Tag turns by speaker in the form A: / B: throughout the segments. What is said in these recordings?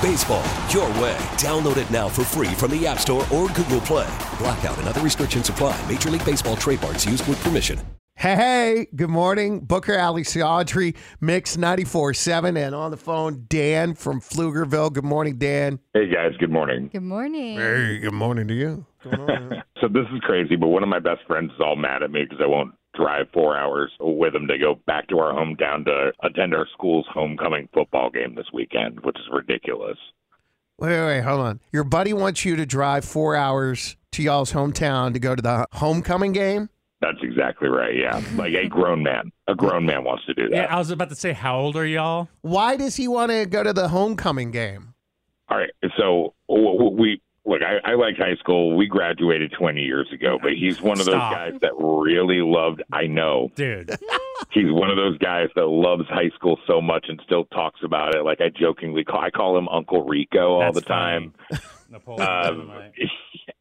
A: Baseball, your way. Download it now for free from the App Store or Google Play. Blackout and other restrictions apply. Major League Baseball trademarks used with permission.
B: Hey, hey, good morning. Booker, Ali Audrey, Mix 94.7, and on the phone, Dan from Pflugerville. Good morning, Dan.
C: Hey guys, good morning.
D: Good morning.
B: Hey, good morning to you.
C: So this is crazy, but one of my best friends is all mad at me because I won't drive four hours with him to go back to our hometown to attend our school's homecoming football game this weekend, which is ridiculous.
B: Wait, wait, wait, hold on. Your buddy wants you to drive four hours to y'all's hometown to go to the homecoming game?
C: That's exactly right. Yeah, like a grown man, a grown man wants to do that.
E: Yeah, I was about to say, how old are y'all?
B: Why does he want to go to the homecoming game?
C: All right, so w- w- we look. I, I like high school. We graduated 20 years ago, but he's one of those
E: Stop.
C: guys that really loved. I know
E: Dude,
C: he's one of those guys that loves high school so much and still talks about it. Like I jokingly call, I call him Uncle Rico all
E: that's
C: the time. Uh,
E: funny. Napoleon Dynamite.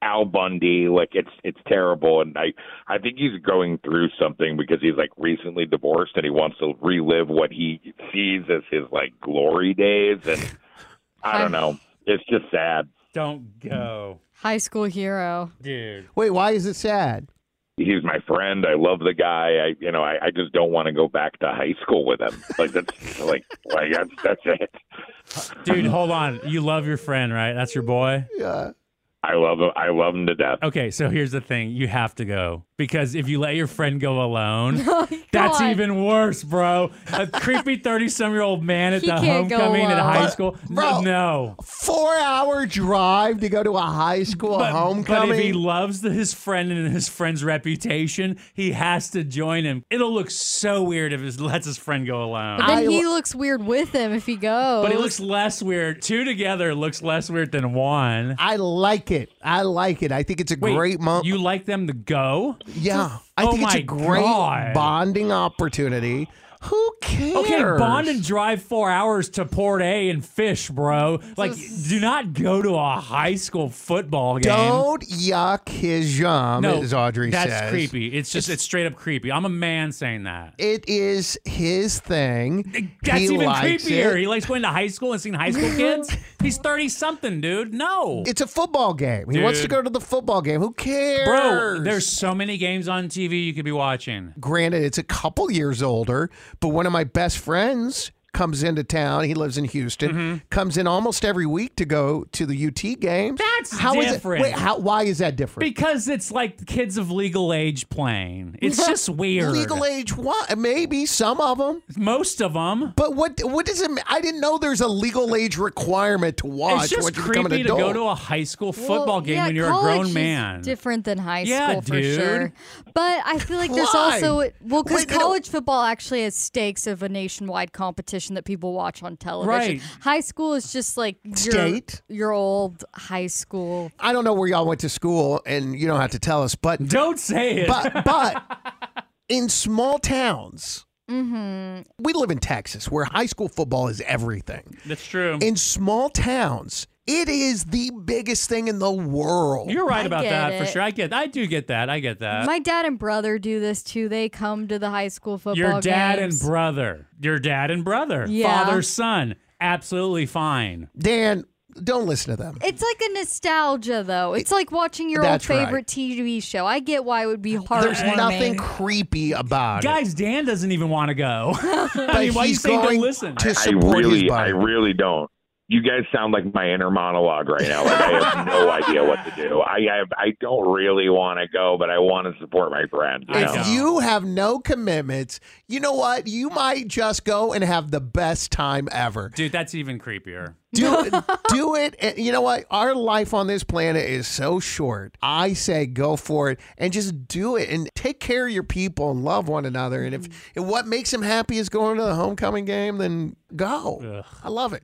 C: Al Bundy, like it's it's terrible, and I I think he's going through something because he's like recently divorced and he wants to relive what he sees as his like glory days, and I don't know, it's just sad.
E: Don't go.
D: High school hero.
E: Dude.
B: Wait, why is it sad?
C: He's my friend. I love the guy. I you know I, I just don't want to go back to high school with him. Like that's like like that's that's it.
E: Dude, hold on. You love your friend, right? That's your boy?
B: Yeah.
C: I love him. I love him to death.
E: Okay, so here's the thing. You have to go because if you let your friend go alone, that's
D: God.
E: even worse, bro. A creepy 30 some year old man at
D: He
E: the
D: can't go
E: homecoming at
D: alone.
E: high school.
B: Bro.
E: No. no.
B: Four hour drive to go to a high school homecoming?
E: if he loves the, his friend and his friend's reputation, he has to join him. It'll look so weird if he lets his friend go alone.
D: But then
B: I-
D: he looks weird with him if he goes.
E: But it looks less weird. Two together looks less weird than one.
B: I like it. I like it. I think it's a
E: Wait,
B: great moment.
E: You like them to go?
B: yeah. I
E: Oh
B: think it's a
E: my
B: great
E: God.
B: bonding opportunity. Who cares?
E: Okay, bond and drive four hours to Port A and fish, bro. Like, do not go to a high school football game.
B: Don't yuck his yum, as Audrey
E: that's
B: says.
E: creepy. It's just, it's, straight up creepy. I'm a man saying that.
B: It is his thing.
E: That's
B: he
E: even
B: likes
E: creepier.
B: it.
E: He likes going to high school and seeing high school kids. He's 30 something, dude. No.
B: It's a football game. He wants to
E: Dude.
B: go to the football game. Who cares?
E: Bro, there's so many games on TV you could be watching.
B: granted it's a couple years older but one of my best friends comes into town he lives in houston
E: Mm-hmm.
B: comes in almost every week to go to the ut games
E: That's
B: How is
E: different.
B: it wait how, why is that different
E: Because it's like kids of legal age playing. It's just weird.
B: legal age what maybe some of them
E: Most of them.
B: but what what does it mean? i didn't know there's a legal age requirement to
D: Oh,
B: watch
E: It's just
B: once you become an
E: creepy to
B: adult
E: go to a high school football
D: Well,
E: game
D: yeah,
E: when you're a
D: college
E: grown
D: is
E: man.
D: different than high
E: Yeah,
D: school for
E: dude.
D: sure. But I feel like there's
B: Why?
D: also well because
B: Wait, they don't-
D: college football actually has stakes of a nationwide competition that people watch on television.
E: Right.
D: High school is just like your
B: State?
D: your old high school.
B: i don't know where y'all went to school and you don't have to tell us but
E: Don't say it.
B: but but in small towns we live in texas where high school football is everything
E: That's true.
B: in small towns it is the biggest thing in the world
E: You're right
D: I
E: about
D: get
E: that for
D: it.
E: sure. I get. I do get that. I get that.
D: My dad and brother do this too. They come to the high school football.
E: your dad
D: games.
E: and brother. Your dad and brother.
D: Yeah.
E: Father son. Absolutely fine.
B: dan don't listen to them
D: It's like a nostalgia, though. It's like watching your old
B: That's right.
D: favorite TV show. I get why it would be hard.
B: there's nothing creepy about
E: Guys, Dan doesn't even want to go.
B: it
E: I mean, why you
B: he's
E: saying
B: going
E: to listen?
B: to
C: I
B: support his
C: really, I
B: buddy.
C: really don't. You guys sound like my inner monologue right now. Like I have no idea what to do. I, I, I don't really want to go, but I want to support my friend. You
E: I
C: know?
E: don't.
B: if you have no commitments you know what you might just go and have the best time ever
E: Dude, that's even creepier.
B: do it, do it. And you know what? Our life on this planet is so short. I say go for it and just do it and take care of your people and love one another. And
E: Mm.
B: if and what makes them happy is going to the homecoming game, then go. I love it.